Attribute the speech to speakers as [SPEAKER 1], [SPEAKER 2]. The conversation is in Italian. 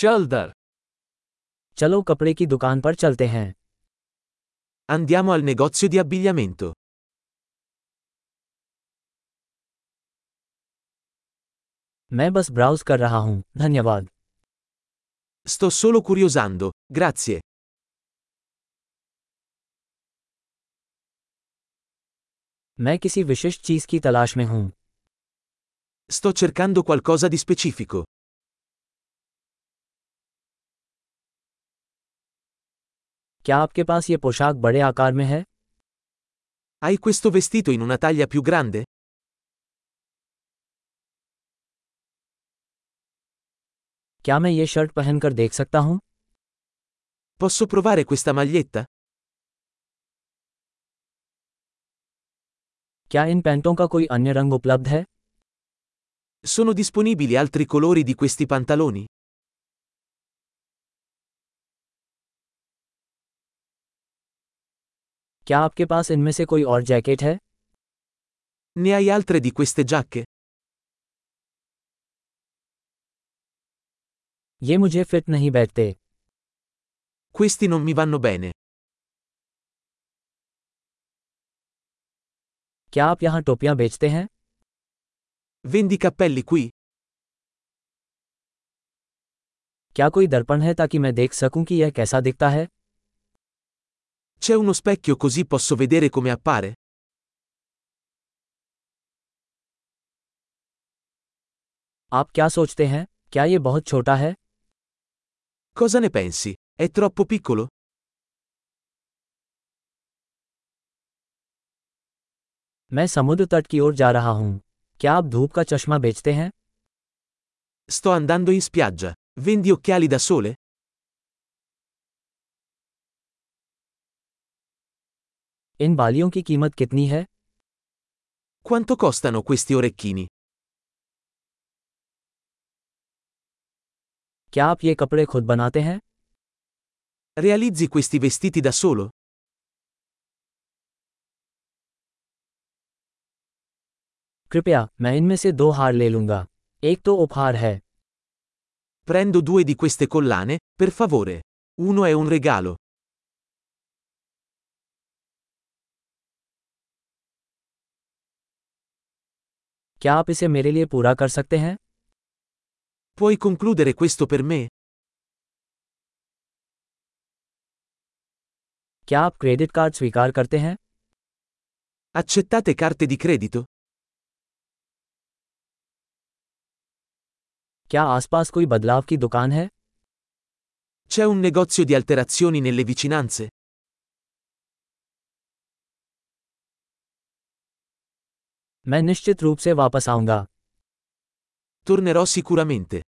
[SPEAKER 1] चल दर
[SPEAKER 2] चलो कपड़े की दुकान पर चलते हैं
[SPEAKER 3] Andiamo al negozio di abbigliamento.
[SPEAKER 2] मैं बस ब्राउज कर रहा हूँ धन्यवाद
[SPEAKER 3] Sto solo curiosando, grazie.
[SPEAKER 2] मैं किसी विशिष्ट चीज की तलाश में हूँ
[SPEAKER 3] Sto cercando qualcosa di specifico.
[SPEAKER 2] क्या आपके पास ये पोशाक बड़े आकार में है
[SPEAKER 3] Hai questo vestito in una taglia più grande?
[SPEAKER 2] क्या मैं ये शर्ट पहनकर देख सकता हूँ
[SPEAKER 3] Posso provare questa maglietta?
[SPEAKER 2] क्या इन पैंटों का कोई अन्य रंग उपलब्ध है
[SPEAKER 3] Sono disponibili altri colori di questi pantaloni?
[SPEAKER 2] क्या आपके पास इनमें से कोई और जैकेट है
[SPEAKER 3] Ne hai altre di queste giacche?
[SPEAKER 2] ये मुझे फिट नहीं बैठते
[SPEAKER 3] Questi non mi vanno bene.
[SPEAKER 2] क्या आप यहाँ टोपियाँ बेचते हैं
[SPEAKER 3] Vendi cappelli qui?
[SPEAKER 2] क्या कोई दर्पण है ताकि मैं देख सकूं कि यह कैसा दिखता है
[SPEAKER 3] C'è uno specchio così posso vedere come appare?
[SPEAKER 2] आप क्या सोचते हैं क्या ये बहुत छोटा है
[SPEAKER 3] Cosa ne pensi? È troppo piccolo?
[SPEAKER 2] मैं समुद्र तट की ओर जा रहा हूँ क्या आप धूप का चश्मा बेचते हैं
[SPEAKER 3] Sto andando in spiaggia. Vendi occhiali da sole?
[SPEAKER 2] इन बालियों की कीमत कितनी है
[SPEAKER 3] Quanto costano questi orecchini?
[SPEAKER 2] क्या आप ये कपड़े खुद बनाते हैं
[SPEAKER 3] Realizzi questi vestiti da solo?
[SPEAKER 2] कृपया मैं इनमें से दो हार ले लूंगा एक तो उपहार है
[SPEAKER 3] Prendo due di queste collane, per favore. Uno è un regalo.
[SPEAKER 2] क्या आप इसे मेरे लिए पूरा कर सकते हैं
[SPEAKER 3] Puoi concludere questo per me?
[SPEAKER 2] क्या आप क्रेडिट कार्ड स्वीकार करते हैं
[SPEAKER 3] Accettate carte di credito?
[SPEAKER 2] क्या आसपास कोई बदलाव की दुकान है
[SPEAKER 3] C'è un negozio di alterazioni nelle vicinanze?
[SPEAKER 2] मैं निश्चित रूप से वापस आऊंगा
[SPEAKER 3] Tornerò sicuramente.